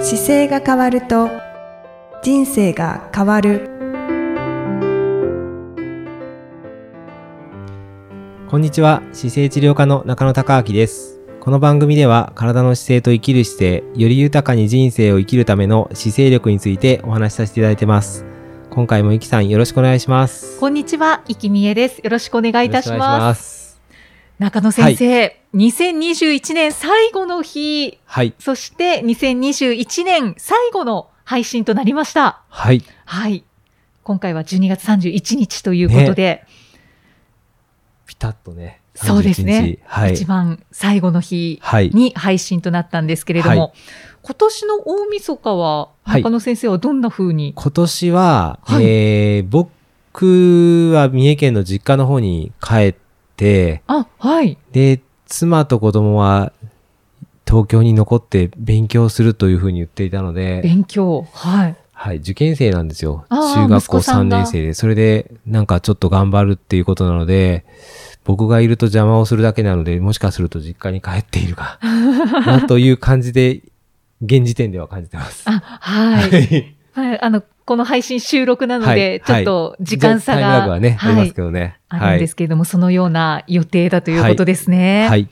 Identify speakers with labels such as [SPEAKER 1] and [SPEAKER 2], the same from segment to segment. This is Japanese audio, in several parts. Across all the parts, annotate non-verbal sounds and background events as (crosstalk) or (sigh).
[SPEAKER 1] 姿勢が変わると人生が変わる
[SPEAKER 2] こんにちは姿勢治療科の中野孝明ですこの番組では体の姿勢と生きる姿勢より豊かに人生を生きるための姿勢力についてお話しさせていただいてます今回もゆきさんよろしくお願いします
[SPEAKER 3] こんにちは、生きみえです。よろしくお願いいたし
[SPEAKER 2] よろくお願
[SPEAKER 3] ます。
[SPEAKER 2] す
[SPEAKER 3] 中野先生、2021年最後の日、
[SPEAKER 2] はい
[SPEAKER 3] そして2021年最後の配信となりました。
[SPEAKER 2] はい
[SPEAKER 3] はい。今回は12月31日ということで、
[SPEAKER 2] ピタッとね
[SPEAKER 3] そうですね
[SPEAKER 2] 31日はい
[SPEAKER 3] 一番最後の日
[SPEAKER 2] はい
[SPEAKER 3] に配信となったんですけれども、
[SPEAKER 2] は
[SPEAKER 3] 今年の大晦日は、
[SPEAKER 2] はい
[SPEAKER 3] 中野先生はどんな風に、
[SPEAKER 2] 今年は、
[SPEAKER 3] はい
[SPEAKER 2] えー僕は三重県の実家の方に帰って
[SPEAKER 3] あ、はい。
[SPEAKER 2] で、妻と子供は東京に残って勉強するというふうに言っていたので、
[SPEAKER 3] 勉強。はい。
[SPEAKER 2] はい、受験生なんですよ。
[SPEAKER 3] あー
[SPEAKER 2] 中学
[SPEAKER 3] 息
[SPEAKER 2] 校
[SPEAKER 3] 子さ
[SPEAKER 2] 3
[SPEAKER 3] んが
[SPEAKER 2] 年生で、それでなんかちょっと頑張るっていうことなので、僕がいると邪魔をするだけなので、もしかすると実家に帰っている
[SPEAKER 3] (laughs)
[SPEAKER 2] かなという感じで、現時点では感じてます。
[SPEAKER 3] あ、はい。
[SPEAKER 2] い。
[SPEAKER 3] はい、あの、この配信収録なの
[SPEAKER 2] は
[SPEAKER 3] で
[SPEAKER 2] い、
[SPEAKER 3] ちょっと時間差
[SPEAKER 2] タイムラグ
[SPEAKER 3] が、
[SPEAKER 2] はね、
[SPEAKER 3] は
[SPEAKER 2] あります
[SPEAKER 3] い
[SPEAKER 2] けどね。
[SPEAKER 3] あるんですけれども、そのような予定だということですね。
[SPEAKER 2] はい。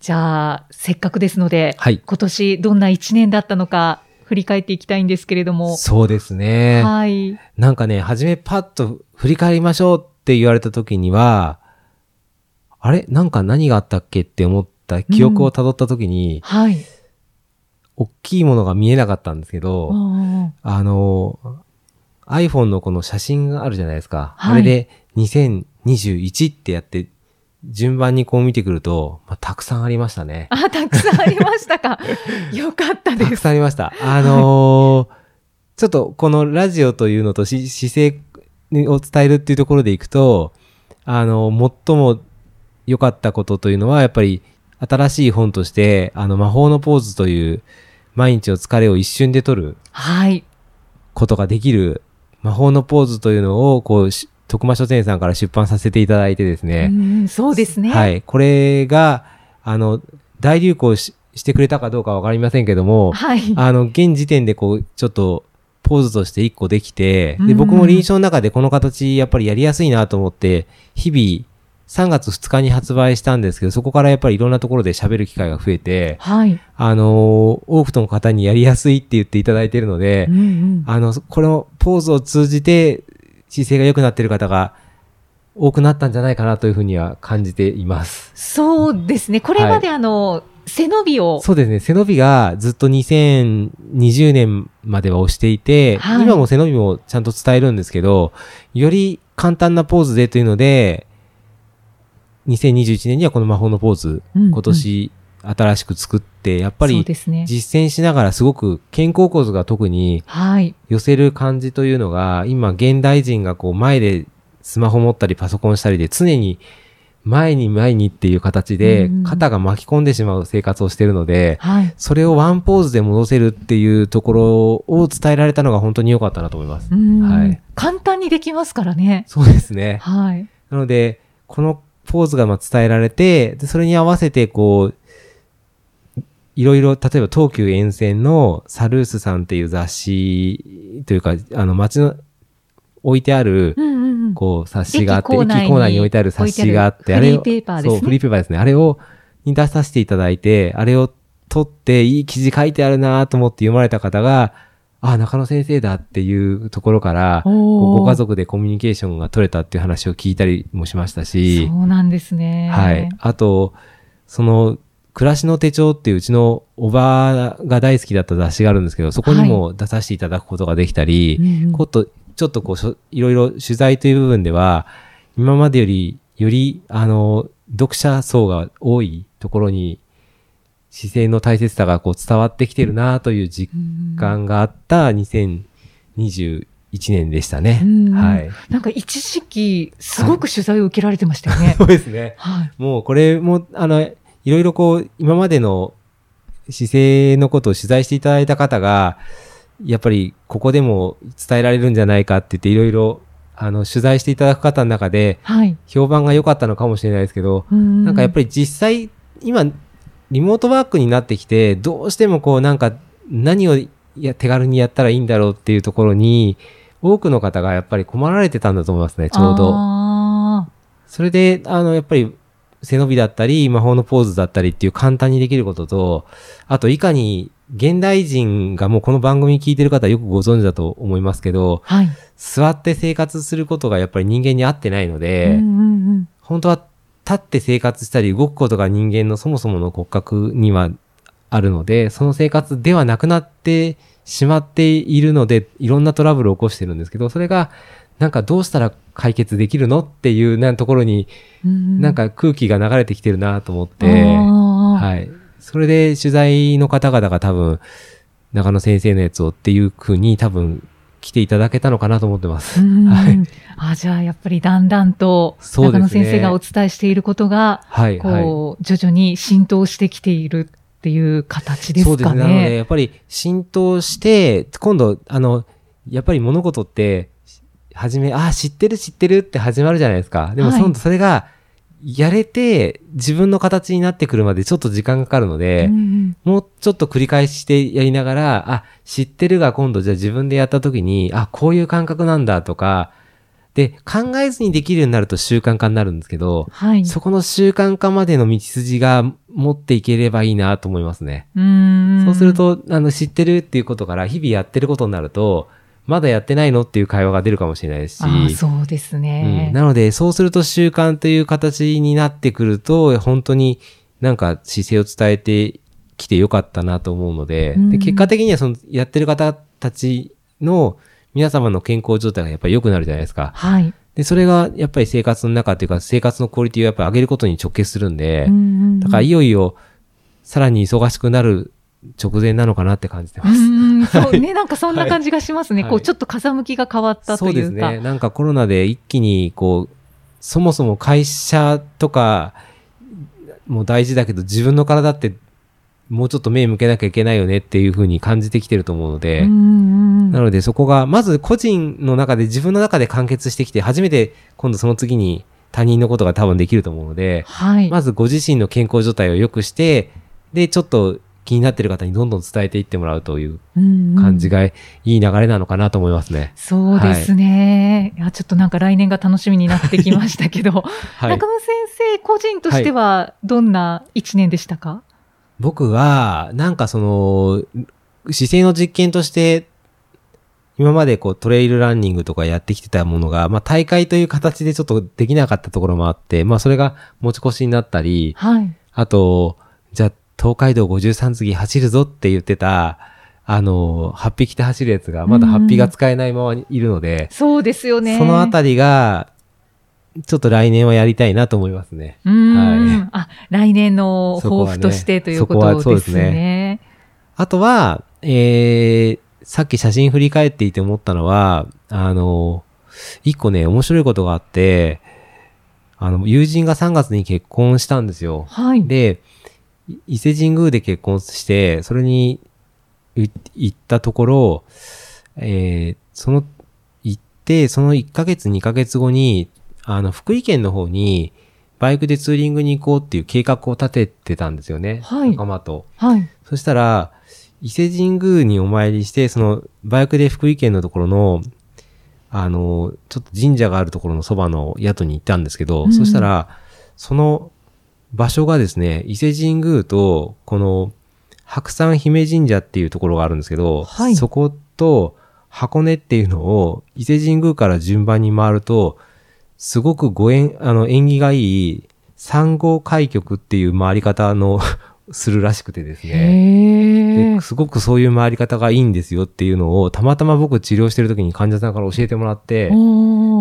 [SPEAKER 3] じゃあ、せっかくですので、
[SPEAKER 2] はい。
[SPEAKER 3] 今年どんな一年だったのか、振り返っていきたいんですけれども、
[SPEAKER 2] そうですね。
[SPEAKER 3] はい。
[SPEAKER 2] なんかね、初めパッと振り返りましょうって言われた時には、あれなんか何があったっけって思った記憶を辿った時に、
[SPEAKER 3] はい。
[SPEAKER 2] 大きいものが見えなかったんですけど、
[SPEAKER 3] おー
[SPEAKER 2] あの、iPhone のこの写真があるじゃないですか。
[SPEAKER 3] はい
[SPEAKER 2] あれで2021ってやって、順番にこう見てくると、まあ、たくさんありましたね。
[SPEAKER 3] あ、たくさんありまし
[SPEAKER 2] (laughs)
[SPEAKER 3] たか。よかった
[SPEAKER 2] た
[SPEAKER 3] で
[SPEAKER 2] く
[SPEAKER 3] す。
[SPEAKER 2] さんありました。あのーちょっとこのラジオというのとし姿勢を伝えるっていうところでいくと、あの最も良かったことというのは、やっぱり新しい本として、あの魔法のポーズという毎日の疲れを一瞬で取る
[SPEAKER 3] はい。
[SPEAKER 2] ことができる魔法のポーズというのを、こう、し徳間書店さんから出版させていただいてですね、
[SPEAKER 3] うん、そうですね。
[SPEAKER 2] はい。これが、あの、大流行ししてくれたかどうかはわかりませんけども、
[SPEAKER 3] はい。
[SPEAKER 2] あの、現時点でこう、ちょっと、ポーズとして一個できて、
[SPEAKER 3] う
[SPEAKER 2] で、
[SPEAKER 3] ん
[SPEAKER 2] 僕も臨床の中でこの形、やっぱりやりやすいなと思って、日々、3月2日に発売したんですけど、そこからやっぱりいろんなところで喋る機会が増えて、
[SPEAKER 3] はい。
[SPEAKER 2] あのー多くの方にやりやすいって言っていただいているので
[SPEAKER 3] うん、うん。
[SPEAKER 2] あの、このポーズを通じて、姿勢が良くなっている方が多くなったんじゃないかなというふうには感じています。
[SPEAKER 3] そうですね。これまであの、背伸びを、
[SPEAKER 2] そうですね。背伸びがずっと2020年までは押していて、
[SPEAKER 3] はい
[SPEAKER 2] 今も背伸びもちゃんと伝えるんですけど、より簡単なポーズでというので、2021年にはこの魔法のポーズ、
[SPEAKER 3] うんうん
[SPEAKER 2] 今年新しく作って、やっぱ
[SPEAKER 3] そう
[SPEAKER 2] り
[SPEAKER 3] ですね。
[SPEAKER 2] 実践しながらすごく肩甲骨が特に
[SPEAKER 3] はい。
[SPEAKER 2] 寄せる感じというのが、今現代人がこう前でスマホ持ったりパソコンしたりで常に前に前にっていう形で
[SPEAKER 3] うんうん
[SPEAKER 2] 肩が巻き込んでしまう生活をしているので、
[SPEAKER 3] はい。
[SPEAKER 2] それをワンポーズで戻せるっていうところを伝えられたのが本当に良かったなと思います。
[SPEAKER 3] うん
[SPEAKER 2] はい
[SPEAKER 3] 簡単にできますからね。
[SPEAKER 2] そうですね。
[SPEAKER 3] はい。
[SPEAKER 2] なので、このポーズがまあ伝えられて、でそれに合わせてこう、いろいろ、例えば東急沿線のサルースさんっていう雑誌というか、あの街の置いてある、
[SPEAKER 3] うんうんうん。
[SPEAKER 2] こう冊子があって、
[SPEAKER 3] 駅構
[SPEAKER 2] 駅
[SPEAKER 3] 内に
[SPEAKER 2] 構内に置いてある冊子があって、あれを、
[SPEAKER 3] フリーペーパーですね
[SPEAKER 2] そう、フリーペーパーですね。あれを、に出させていただいて、あれを取って、いい記事書いてあるなと思って読まれた方が、あ、中野先生だっていうところから、
[SPEAKER 3] お
[SPEAKER 2] こ
[SPEAKER 3] ー
[SPEAKER 2] うご家族でコミュニケーションが取れたっていう話を聞いたりもしましたし、
[SPEAKER 3] そうなんですね。
[SPEAKER 2] はい。あと、その、暮らしの手帳っていううちのおばが大好きだった雑誌があるんですけど、そこにも出させていただくことができたり、
[SPEAKER 3] うんうん
[SPEAKER 2] こと、ちょっとこうしょ、いろいろ取材という部分では、今までより、より、あの、読者層が多いところに、姿勢の大切さがこう伝わってきてるなという実
[SPEAKER 3] うん
[SPEAKER 2] 感があった2021年でしたね。
[SPEAKER 3] うん
[SPEAKER 2] はい。
[SPEAKER 3] なんか一時期、すごく取材を受けられてましたよ
[SPEAKER 2] (laughs)
[SPEAKER 3] ね。
[SPEAKER 2] (laughs) そうですね。
[SPEAKER 3] はい。
[SPEAKER 2] もうこれも、あの、いろいろこう、今までの姿勢のことを取材していただいた方が、やっぱりここでも伝えられるんじゃないかって言って、いろいろ、あの、取材していただく方の中で、
[SPEAKER 3] はい。
[SPEAKER 2] 評判が良かったのかもしれないですけど、
[SPEAKER 3] な
[SPEAKER 2] なんかやっぱ
[SPEAKER 3] り、
[SPEAKER 2] り実際、今、リモートワークになってきて、どうしてもこう、なんか、何をいや手軽にやったらいいんだろうっていうところに多くの方がやっぱり困られてたんだと思いますねちょうど。
[SPEAKER 3] あ
[SPEAKER 2] それであのやっぱり背伸びだったり魔法のポーズだったりっていう簡単にできることとあといかに現代人がもうこの番組聞いてる方はよくご存知だと思いますけど
[SPEAKER 3] ーはい。
[SPEAKER 2] 座って生活することがやっぱり人間に合ってないので。
[SPEAKER 3] うんうんうん
[SPEAKER 2] 本当は立って生活したり動くことが人間のそもそもの骨格にはあるのでその生活ではなくなってしまっているのでいろんなトラブルを起こしてるんですけどそれがなんかどうしたら解決できるのっていうなんところに
[SPEAKER 3] うんうん
[SPEAKER 2] なんか空気が流れてきてるなと思っ
[SPEAKER 3] あ
[SPEAKER 2] て、
[SPEAKER 3] ー
[SPEAKER 2] はい、それで取材の方々が多分中野先生のやつをっていう風に多分来ていただけたのかなと思ってます。
[SPEAKER 3] うん
[SPEAKER 2] は
[SPEAKER 3] う
[SPEAKER 2] い
[SPEAKER 3] んあじゃあやっぱりだんだんと
[SPEAKER 2] そう
[SPEAKER 3] 中
[SPEAKER 2] ですね
[SPEAKER 3] 野先生がお伝えしていることが
[SPEAKER 2] はい、はい。
[SPEAKER 3] こう徐々に浸透してきているっていう形ですか
[SPEAKER 2] そうですね。なので、
[SPEAKER 3] ね。
[SPEAKER 2] やっぱり浸透して、今度、あの、やっぱり物事って、はじめ、ああ、知ってる知ってるって始まるじゃないですか。でも、
[SPEAKER 3] はい
[SPEAKER 2] そのそれが、やれて、自分の形になってくるまでちょっと時間がかかるので、
[SPEAKER 3] うん
[SPEAKER 2] もうちょっと繰り返してやりながら、あ、知ってるが今度じゃあ自分でやった時に、あ、こういう感覚なんだとか、で、考えずにできるようになると習慣化になるんですけど、
[SPEAKER 3] はい。
[SPEAKER 2] そこの習慣化までの道筋が持っていければいいなと思いますね。
[SPEAKER 3] そ
[SPEAKER 2] そうする、と、あの、知ってるっていうことから、日々やってることになると、まだやってないのっていう会話が出るかもしれないし、
[SPEAKER 3] あーそうです
[SPEAKER 2] う
[SPEAKER 3] ね
[SPEAKER 2] ん。なので、そうすると習慣という形になってくると、本当になんか姿勢を伝えてきてよかったなと思うので、
[SPEAKER 3] うん
[SPEAKER 2] で結果的にはその、やってる方たちの皆様の健康状態がやっぱり良くなるじゃないですか。
[SPEAKER 3] はい。
[SPEAKER 2] で、それがやっぱり生活の中というか、生活のクオリティをやっぱり上げることに直結するんで、だからい
[SPEAKER 3] い
[SPEAKER 2] よいよさらに忙しくなる直前なのかなって感じてます。
[SPEAKER 3] そうね、なんかそんな感じがしますね。
[SPEAKER 2] はい
[SPEAKER 3] こう、ちょっと風向きが変わったと
[SPEAKER 2] そう
[SPEAKER 3] い
[SPEAKER 2] です
[SPEAKER 3] うか。
[SPEAKER 2] ね。なんかコロナで一気にこう、そもそも会社とかも大事だけど自分の体ってもうちょっと目向けなきゃいけないよねっていうふうに感じてきてると思うので、
[SPEAKER 3] うんうんう
[SPEAKER 2] なんのでそこがまず個人の中で自分の中で完結してきて初めて今度その次に他人のことが多分できると思うので、
[SPEAKER 3] はい。
[SPEAKER 2] まずご自身の健康状態を良くして、で、ちょっと気になってる方にどんどん伝えていってもらうという感
[SPEAKER 3] 感
[SPEAKER 2] じ。がいい流れなのかなと思いますね。
[SPEAKER 3] そうですね。いや、ちょっとなんか来年が楽しみになってきましたけど、
[SPEAKER 2] はい
[SPEAKER 3] 中。野先生個人としてはどんな一年でしたか、
[SPEAKER 2] 僕は、なんかその、姿勢の実験として、今までこうトレイルランニングとかやってきてたものが、まあ大会という形でちょっとできなかったところもあって、まあそれが持ち越しになったり、
[SPEAKER 3] はい。
[SPEAKER 2] あと、じゃあ、東海道53次走るぞって言ってた、あの、8匹で走るやつが、まだ8匹が使えないままにいるので、
[SPEAKER 3] そうですよね。
[SPEAKER 2] そのあたりが、ちょっと来年はやりたいなと思いますね。
[SPEAKER 3] うーん、あ、来年の抱負としてという
[SPEAKER 2] そ
[SPEAKER 3] こ
[SPEAKER 2] こはね
[SPEAKER 3] と
[SPEAKER 2] そこはそうで
[SPEAKER 3] で
[SPEAKER 2] す
[SPEAKER 3] す
[SPEAKER 2] ね
[SPEAKER 3] ね。
[SPEAKER 2] あとは、えー、さっき写真振り返っていて思ったのは、あの、一個ね、面白いことがあって、あの、友人が3月に結婚したんですよ。
[SPEAKER 3] はい。
[SPEAKER 2] で、い伊勢神宮で結婚して、それにい行ったところ、えーその、行って、その1ヶ月、2ヶ月後に、あの、福井県の方に、バイクでツーリングに行こうっていう計画を立ててたんですよね。
[SPEAKER 3] はい
[SPEAKER 2] 仲間と。
[SPEAKER 3] はい。
[SPEAKER 2] そしたら、伊勢神宮にお参りして、その、バイクで福井県のところの、あの、ちょっと神社があるところのそばの宿に行ったんですけど、
[SPEAKER 3] うん
[SPEAKER 2] そしたら、その場所がですね、伊勢神宮と、この、白山姫神社っていうところがあるんですけど、
[SPEAKER 3] はい
[SPEAKER 2] そこと、箱根っていうのを、伊勢神宮から順番に回ると、すごくご縁、あの、縁起がいい、三号開局っていう回り方の、 (laughs) するらしくてですね。
[SPEAKER 3] へえ
[SPEAKER 2] で。すごくそういう回り方がいいんですよっていうのをたまたま僕治療してる時に患者さんから教えてもらって
[SPEAKER 3] お
[SPEAKER 2] で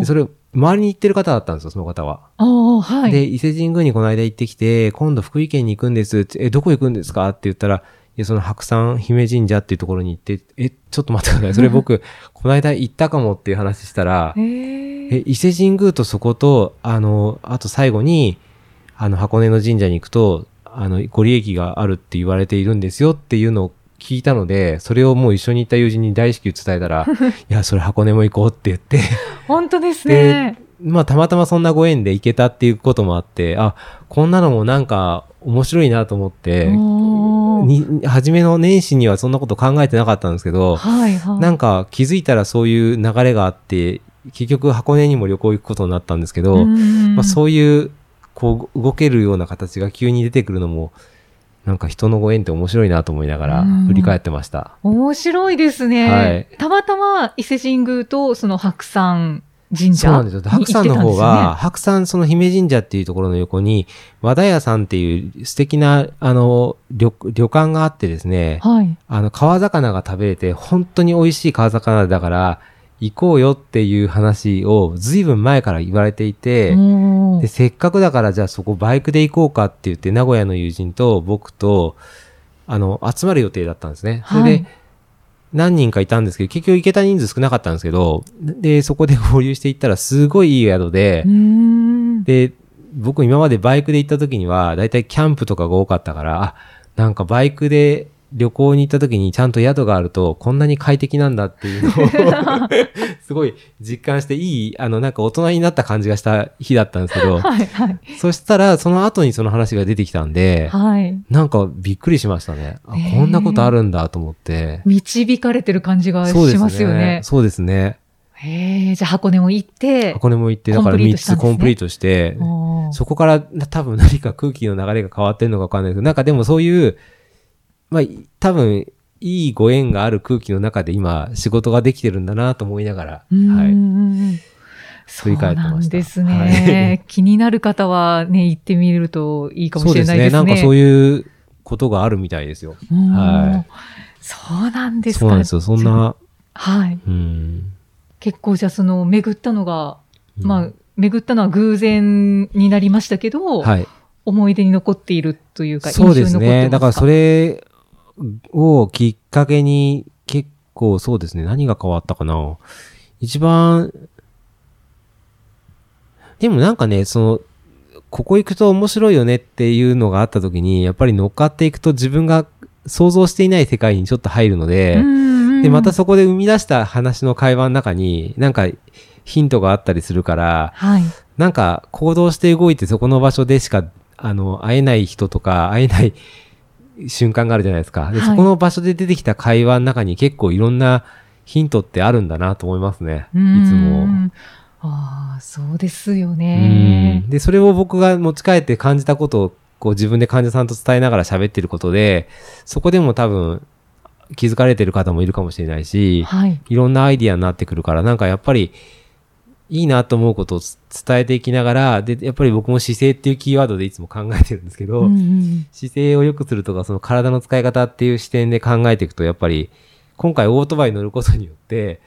[SPEAKER 3] ー
[SPEAKER 2] それ周りに行ってる方だったんですよその方は。
[SPEAKER 3] おーはい。
[SPEAKER 2] で伊勢神宮にこの間行ってきて今度福井県に行くんですってえどこ行くんですかって言ったらいやその白山姫神社っていうところに行ってえちょっと待ってくださいそれ
[SPEAKER 3] (laughs)
[SPEAKER 2] 僕この間行ったかもっていう話したら
[SPEAKER 3] へえ。
[SPEAKER 2] え伊勢神宮とそことあのあと最後にあの箱根の神社に行くとあのご利益があるって言われているんですよっていうのを聞いたのでそれをもう一緒に行った友人に大至急伝えた
[SPEAKER 3] (laughs)
[SPEAKER 2] らいやそれ箱根も行こうって言って (laughs)
[SPEAKER 3] 本当ですね。
[SPEAKER 2] まあたまたまそんなご縁で行けたっていうこともあってあこんなのもなんか面白いなと思って
[SPEAKER 3] お
[SPEAKER 2] に初めの年始にはそんなこと考えてなかったんですけど、
[SPEAKER 3] はいはい。
[SPEAKER 2] なんか気づいたらそういう流れがあって、結局箱根にも旅行行くことになったんですけど、
[SPEAKER 3] うん
[SPEAKER 2] まあ、そういう、こう、動けるような形が急に出てくるのも、なんか人のご縁って面白いなと思いながら
[SPEAKER 3] うん
[SPEAKER 2] 振り返ってました。
[SPEAKER 3] 面白いですね。
[SPEAKER 2] はい
[SPEAKER 3] たまたま伊勢神宮とその白山神社
[SPEAKER 2] そうなんですよ。白山の方
[SPEAKER 3] に
[SPEAKER 2] が、白山その姫神社っていうところの横に、和田屋さんっていう素敵な、あの、旅、旅館があってですね、
[SPEAKER 3] 行って
[SPEAKER 2] あの、川魚が食べれて、本当に美味しい川魚だから、行こうよっていう話を随分前から言われてい
[SPEAKER 3] たんです
[SPEAKER 2] て、
[SPEAKER 3] よね。はい。
[SPEAKER 2] で、せっかくだからじゃあそこバイクで行こうかって言って、名古屋の友人と僕と、あの、集まる予定だったんですね。それで、
[SPEAKER 3] はい
[SPEAKER 2] 何人かいたんですけど、結局行けた人数少なかったんですけど、で、そこで合流していったらすごいいい宿で
[SPEAKER 3] う、ん。
[SPEAKER 2] で、僕今までバイクで行った時には、だいたいキャンプとかが多かったから、あ、なんかバイクで旅行に行った時にちゃんと宿があると、こんなに快適なんだっていう
[SPEAKER 3] (laughs)
[SPEAKER 2] のを、すごい実感していい、あの、なんか大人になった感じがした日だったんですけど、
[SPEAKER 3] はいはい。
[SPEAKER 2] そしたら、その後にその話が出てきたんで、
[SPEAKER 3] はい。
[SPEAKER 2] なんかびっくりしましたね。あ
[SPEAKER 3] へー
[SPEAKER 2] こんなことあるんだと思って。
[SPEAKER 3] 導かれてる感じがし
[SPEAKER 2] そうです
[SPEAKER 3] ますよね。
[SPEAKER 2] そうですね。
[SPEAKER 3] へえ、じゃあ箱根も行って、
[SPEAKER 2] 箱根も行って、だから
[SPEAKER 3] コンプリ
[SPEAKER 2] 3
[SPEAKER 3] ートしたん
[SPEAKER 2] つ
[SPEAKER 3] ですね
[SPEAKER 2] コンプリートして、
[SPEAKER 3] おー
[SPEAKER 2] そこから多分何か空気の流れが変わってるのかわかんないですけど、なんかでもそういう、まあ多分いいご縁がある空気の中で今仕事ができてるんだなと思いながら、
[SPEAKER 3] うんうん
[SPEAKER 2] はい。
[SPEAKER 3] うんうんそう
[SPEAKER 2] り返ってました
[SPEAKER 3] なんです
[SPEAKER 2] は
[SPEAKER 3] ね。気になる方はね、行ってみるといいかも
[SPEAKER 2] そう
[SPEAKER 3] しれ
[SPEAKER 2] です
[SPEAKER 3] ないで
[SPEAKER 2] ね。
[SPEAKER 3] すね。
[SPEAKER 2] なんかそういうことがあるみたいですよ。
[SPEAKER 3] うん
[SPEAKER 2] は
[SPEAKER 3] そうなんですか。
[SPEAKER 2] そうなんですよ。そんな、
[SPEAKER 3] はい。
[SPEAKER 2] うん。
[SPEAKER 3] 結構じゃあその巡ったのが、
[SPEAKER 2] うん
[SPEAKER 3] まあ、巡ったのは偶然になりましたけど、
[SPEAKER 2] はい。
[SPEAKER 3] 思い出に残っているというか、
[SPEAKER 2] そうですね。
[SPEAKER 3] 印象に残ってます
[SPEAKER 2] だからそれをきっかけに結構そうですね。何が変わったかな。一番、でもなんかね、その、ここ行くと面白いよねっていうのがあった時に、やっぱり乗っかっていくと自分が想像していない世界にちょっと入るので、で、また
[SPEAKER 3] そ、
[SPEAKER 2] そこで生み出した話の会話の中に、なんかヒントがあったりするから、
[SPEAKER 3] はい。
[SPEAKER 2] なんか行動して動いてそこの場所でしかあの会えない人とか会えない瞬間があるじゃないですか。で、
[SPEAKER 3] はい
[SPEAKER 2] そこの場所で出てきた会話の中に結構いろんなヒントってあるんだなと思いますね。いつ
[SPEAKER 3] う
[SPEAKER 2] も。
[SPEAKER 3] ん。ああ、そうですよ
[SPEAKER 2] う
[SPEAKER 3] ね
[SPEAKER 2] ん。で、それを僕が持ち帰って感じたことをこう自分で患者さんと伝えながら喋ってることで、そこでも多分気づかれてる方もいるかもしれないし、
[SPEAKER 3] はい。
[SPEAKER 2] いろんなアイディアになってくるから、なんかやっぱり、いいなと思うことをつ伝えていきながら、で、やっぱり僕も姿勢っていうキーワードでいつも考えてるんですけど、
[SPEAKER 3] うんうん
[SPEAKER 2] 姿勢を良くするとか、その体の使い方っていう視点で考えていくと、やっぱり、今回オートバイ乗ることによって、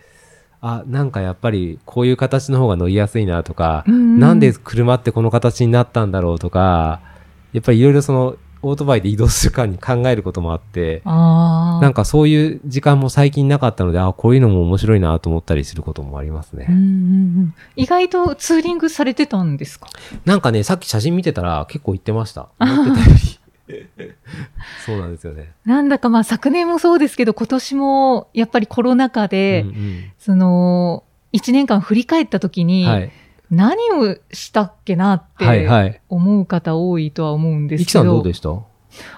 [SPEAKER 2] あ、なんかやっぱりこういう形の方が乗りやすいなとか、
[SPEAKER 3] うんうん
[SPEAKER 2] なんで車ってこの形になったんだろうとか、やっぱりいろいろその、オートバイで移動する間に考えることもあって、
[SPEAKER 3] ああ。
[SPEAKER 2] なんかそういう時間も最近なかったので、あこういうのも面白いなと思ったりすることもあります
[SPEAKER 3] うんう
[SPEAKER 2] ね。
[SPEAKER 3] んうん意外とツーリングされてたんですか
[SPEAKER 2] なんかね、さっき写真見てたら結構行ってました。思ってたより。 (laughs) そうなんですよね。
[SPEAKER 3] なんだかまあ昨年もそうですけど、今年もやっぱりコロナ禍で、
[SPEAKER 2] うん
[SPEAKER 3] その、一年間振り返った時
[SPEAKER 2] う
[SPEAKER 3] に、
[SPEAKER 2] んはい。
[SPEAKER 3] 何をしたっけなっ
[SPEAKER 2] はいは
[SPEAKER 3] て
[SPEAKER 2] い。
[SPEAKER 3] 思う方多いとは思うんで
[SPEAKER 2] い
[SPEAKER 3] す
[SPEAKER 2] き
[SPEAKER 3] けど、
[SPEAKER 2] さんどうでした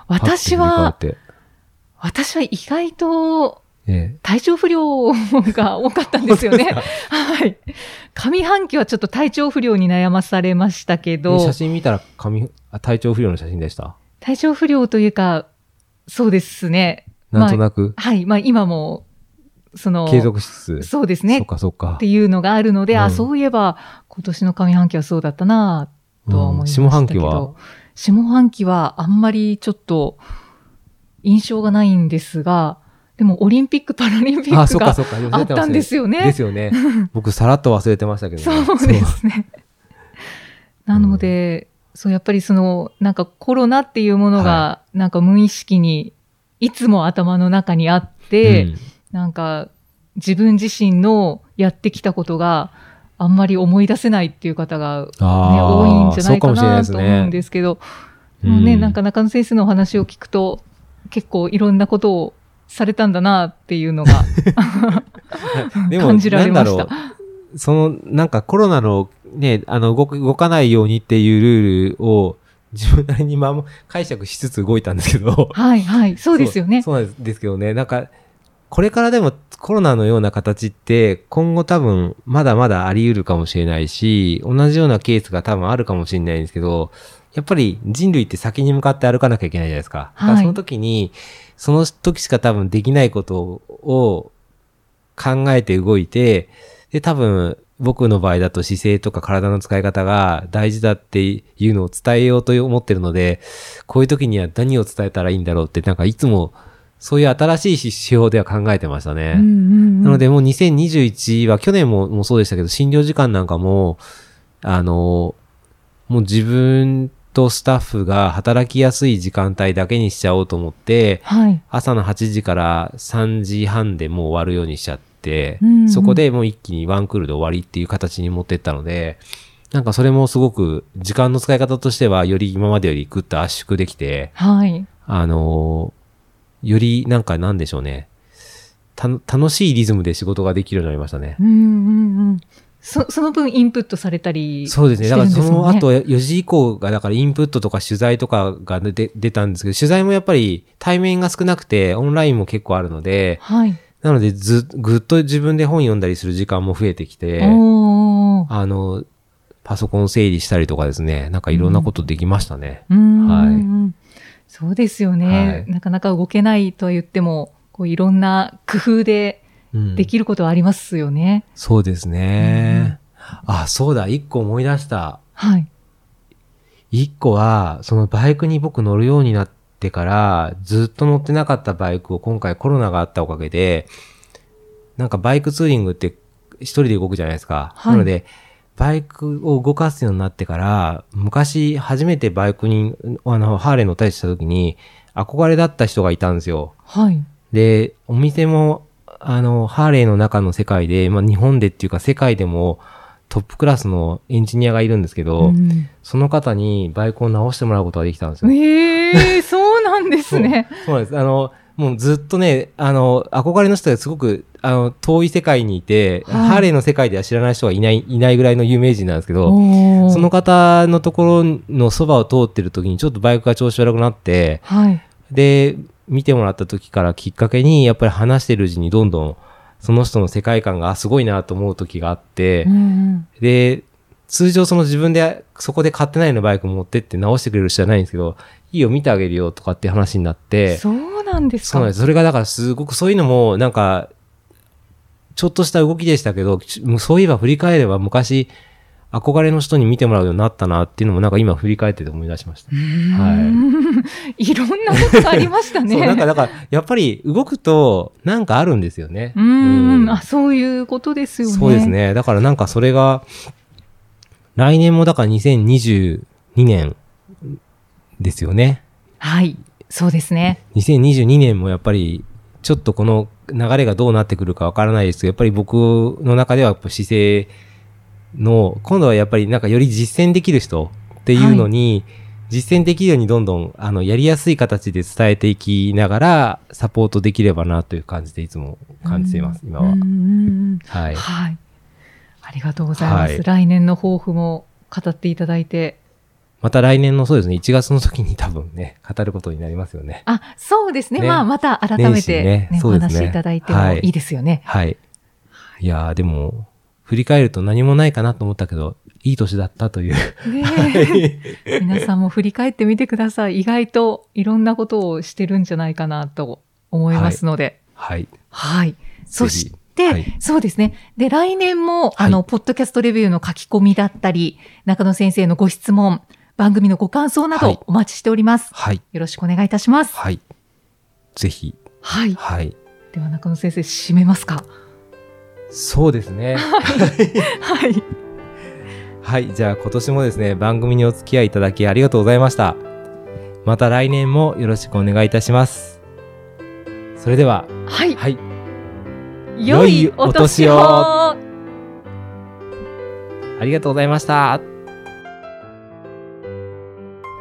[SPEAKER 3] 私
[SPEAKER 2] パッ
[SPEAKER 3] は、
[SPEAKER 2] と振り返って
[SPEAKER 3] 私は意外と
[SPEAKER 2] え
[SPEAKER 3] 体調不良が多かったんですよね。はい。上半期はちょっと体調不良に悩まされました
[SPEAKER 2] え、
[SPEAKER 3] け
[SPEAKER 2] え
[SPEAKER 3] ど
[SPEAKER 2] 写、真見たら髪あ体調不良の写真でした。
[SPEAKER 3] 体調不良というか、そうですね。
[SPEAKER 2] なんとなく
[SPEAKER 3] はい。まあ今も、その、
[SPEAKER 2] 継続しつつ。
[SPEAKER 3] そうです
[SPEAKER 2] そ
[SPEAKER 3] ね
[SPEAKER 2] っ。かそっか
[SPEAKER 3] って。いうのがあるので、
[SPEAKER 2] う
[SPEAKER 3] あ、
[SPEAKER 2] ん
[SPEAKER 3] そういえば今年の上半期はそうだったなぁとは思いましたけ
[SPEAKER 2] う
[SPEAKER 3] ど、
[SPEAKER 2] ん下半期は
[SPEAKER 3] 下半期はあんまりちょっと印象がないんですが、でもオリンピック・パラリンピ
[SPEAKER 2] あ、
[SPEAKER 3] ッ
[SPEAKER 2] そ
[SPEAKER 3] ク
[SPEAKER 2] っか
[SPEAKER 3] が
[SPEAKER 2] そっか。
[SPEAKER 3] あったんです
[SPEAKER 2] よ
[SPEAKER 3] よね。
[SPEAKER 2] ですよね。僕、さらっと忘れてましたけどね。
[SPEAKER 3] (laughs) そうですね。なので、そう、やっぱりその、なんかコロナっていうものが、なんか無意識に、いつも頭の中にあっ
[SPEAKER 2] そう。
[SPEAKER 3] て、
[SPEAKER 2] うん
[SPEAKER 3] なんか自分自身のやってきたことがあんまり思い出せないっていう方が、ね、
[SPEAKER 2] あ
[SPEAKER 3] 多いん
[SPEAKER 2] ー
[SPEAKER 3] じゃな
[SPEAKER 2] そう
[SPEAKER 3] いか
[SPEAKER 2] もしれ
[SPEAKER 3] な
[SPEAKER 2] です
[SPEAKER 3] と
[SPEAKER 2] ね
[SPEAKER 3] 思うんですけど、もうね、なんか中野先生のお話を聞くと結構いろんなことをされたんだなっていうのが
[SPEAKER 2] で
[SPEAKER 3] 感じられまし
[SPEAKER 2] な
[SPEAKER 3] た
[SPEAKER 2] んだ。ろうその、なんかコロナのね、あの動く、動かないようにっていうルールを自分なりに守解釈しつつ動いたんですけど。
[SPEAKER 3] はいはい。そうですよね。
[SPEAKER 2] そうそうなんですけどね。なんか、これからでもコロナのような形って今後多分まだまだあり得るかもしれないし、同じようなケースが多分あるかもしれないんですけど、やっぱり人類って先に向かって歩かなきゃいけないじゃないですか。だから
[SPEAKER 3] はい
[SPEAKER 2] その時に、その時しか多分できないことを考えて動いて、で、多分僕の場合だと姿勢とか体の使い方が大事だっていうのを伝えようと思ってるので、こういう時には何を伝えたらいいんだろうって、なんかいつもそういう新しい指標では考えてましたね。
[SPEAKER 3] うんうんうん
[SPEAKER 2] なのでもう2021は去年ももうそうでしたけど、診療時間なんかも、あの、もう自分とスタッフが働きやすい時間帯だけにしちゃおうと思って、
[SPEAKER 3] はい。
[SPEAKER 2] 朝の8時から3時半でもう終わるようにしちゃって、
[SPEAKER 3] うんうん
[SPEAKER 2] そこでもう一気にワンクールで終わりっていう形に持ってったので、なんかそれもすごく時間の使い方としてはより今までよりぐっと圧縮できて、
[SPEAKER 3] はい。
[SPEAKER 2] あのーよりなんかなんでしょうね。たの、楽しいリズムで仕事ができるようになりましたね。
[SPEAKER 3] うんうんうん。そその分インプットされたりして
[SPEAKER 2] そ
[SPEAKER 3] る
[SPEAKER 2] うんで
[SPEAKER 3] ですす
[SPEAKER 2] ね。
[SPEAKER 3] ね。
[SPEAKER 2] だからその後4時以降が、だからインプットとか取材とかが出出たんですけど、取材もやっぱり対面が少なくて、オンラインも結構あるので、
[SPEAKER 3] はい。
[SPEAKER 2] なのでず、ぐっと自分で本読んだりする時間も増えてきて、
[SPEAKER 3] おー
[SPEAKER 2] あの、パソコン整理したりとかですね、なんかいろんなことできましたね。
[SPEAKER 3] うんうんうんそうですよね、
[SPEAKER 2] はい
[SPEAKER 3] なかなか動けないとは言っても、こういろんな工夫で
[SPEAKER 2] うん
[SPEAKER 3] できることはありますよね。
[SPEAKER 2] そうですね。あ、そうだ、一個思い出した。
[SPEAKER 3] はい。
[SPEAKER 2] 一個は、そのバイクに僕乗るようになってから、ずっと乗ってなかったバイクを今回コロナがあったおかげで、なんかバイクツーリングって一人で動くじゃないですか。
[SPEAKER 3] はい
[SPEAKER 2] なので、バイクを動かすようになってから、昔初めてバイクに、あの、ハーレー乗ったりした時に、憧れだった人がいたんですよ。
[SPEAKER 3] はい。
[SPEAKER 2] で、お店も、あの、ハーレーの中の世界で、まあ日本でっていうか世界でもトップクラスのエンジニアがいるんですけど、
[SPEAKER 3] うん
[SPEAKER 2] その方にバイクを直してもらうことができたんですよ。
[SPEAKER 3] ええそうなんですね。
[SPEAKER 2] そうなんです。あの、もうずっとね、あの、憧れの人がすごく、あの、遠い世界にいて、
[SPEAKER 3] はい
[SPEAKER 2] ハーレーの世界では知らない人がいない、いないぐらいの有名人なんですけど、
[SPEAKER 3] おー
[SPEAKER 2] その方のところのそばを通ってる時にちょっとバイクが調子悪くなって、
[SPEAKER 3] はい。
[SPEAKER 2] で、見てもらった時からきっかけに、やっぱり話してるうちにどんどん、その人の世界観があすごいなと思う時があって、
[SPEAKER 3] うんうん
[SPEAKER 2] で、通常その自分でそこで買ってないのバイク持ってって直してくれる人じゃないんですけど、いいよ見てあげるよとかって話になって、
[SPEAKER 3] そうなんです
[SPEAKER 2] そ
[SPEAKER 3] か。
[SPEAKER 2] うなんです。それがだからすごくそういうのもなんか、ちょっとした動きでしたけど、ちそういえば振り返れば昔、憧れの人に見てもらうようになったなっていうのもなんか今振り返ってて思い出しました。
[SPEAKER 3] (laughs) はい、いろんなことがありましたね。
[SPEAKER 2] そう、なんかだから、やっぱり動くとなんかあるんですよね。
[SPEAKER 3] うー
[SPEAKER 2] うん
[SPEAKER 3] ん、あ、そういうことですよね。
[SPEAKER 2] そうです。ね。だからなんかそれが、来年もだから2022年ですよね。
[SPEAKER 3] はい、そうですね。
[SPEAKER 2] 2022年もやっぱり、ちょっとこの流れがどうなってくるかわからないですけど、やっぱり僕の中ではやっぱ姿勢の、今度はやっぱりなんかより実践できる人っていうのに、実践できるようにどんどん、あの、やりやすい形で伝えていきながら、サポートできればなという感じでいつも感じています、今は
[SPEAKER 3] うんう。ん
[SPEAKER 2] は
[SPEAKER 3] うん
[SPEAKER 2] い。
[SPEAKER 3] はい。ありがとうございます。
[SPEAKER 2] はい
[SPEAKER 3] 来年の抱負も語っていただいて。
[SPEAKER 2] また来年のそうですね、1月の時に多分ね、語ることになりますよね。
[SPEAKER 3] あ、そうですね。
[SPEAKER 2] ね
[SPEAKER 3] まあ、また改め
[SPEAKER 2] 年始
[SPEAKER 3] て、
[SPEAKER 2] ね
[SPEAKER 3] ね
[SPEAKER 2] そ
[SPEAKER 3] お
[SPEAKER 2] うです
[SPEAKER 3] 話
[SPEAKER 2] ね
[SPEAKER 3] しいただいても
[SPEAKER 2] はい
[SPEAKER 3] いいですよね。
[SPEAKER 2] はい。いやー、でも、振り返ると何もないかなと思ったけど、いい年だったという。
[SPEAKER 3] ねえ皆さんも振り返ってみてください。意外といろんなことをしてるんじゃないかなと思いますので。
[SPEAKER 2] はい。
[SPEAKER 3] はい。そして、
[SPEAKER 2] はい
[SPEAKER 3] そうですね。で、来年も、
[SPEAKER 2] はい
[SPEAKER 3] あの、ポッドキャストレビューの書き込みだったり、中野先生のご質問、番組のご感想な
[SPEAKER 2] はい
[SPEAKER 3] どお待ちしております。
[SPEAKER 2] はい。
[SPEAKER 3] よろしくお願いいたします。
[SPEAKER 2] はい。ぜひ。
[SPEAKER 3] はい。
[SPEAKER 2] はい。
[SPEAKER 3] では、中野先生、締めますか。
[SPEAKER 2] そうですね。
[SPEAKER 3] はい。
[SPEAKER 2] はい。じゃあ今年もですね、番組にお付き合いいただきありがとうございました。また来年もよろしくお願いいたします。それでは、
[SPEAKER 3] はい。
[SPEAKER 2] はい。良
[SPEAKER 3] 良
[SPEAKER 2] い
[SPEAKER 3] い
[SPEAKER 2] お
[SPEAKER 3] お
[SPEAKER 2] 年
[SPEAKER 3] 年
[SPEAKER 2] を
[SPEAKER 3] を
[SPEAKER 2] ありがとうございました。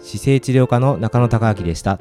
[SPEAKER 2] 姿勢治療科の中野孝明でした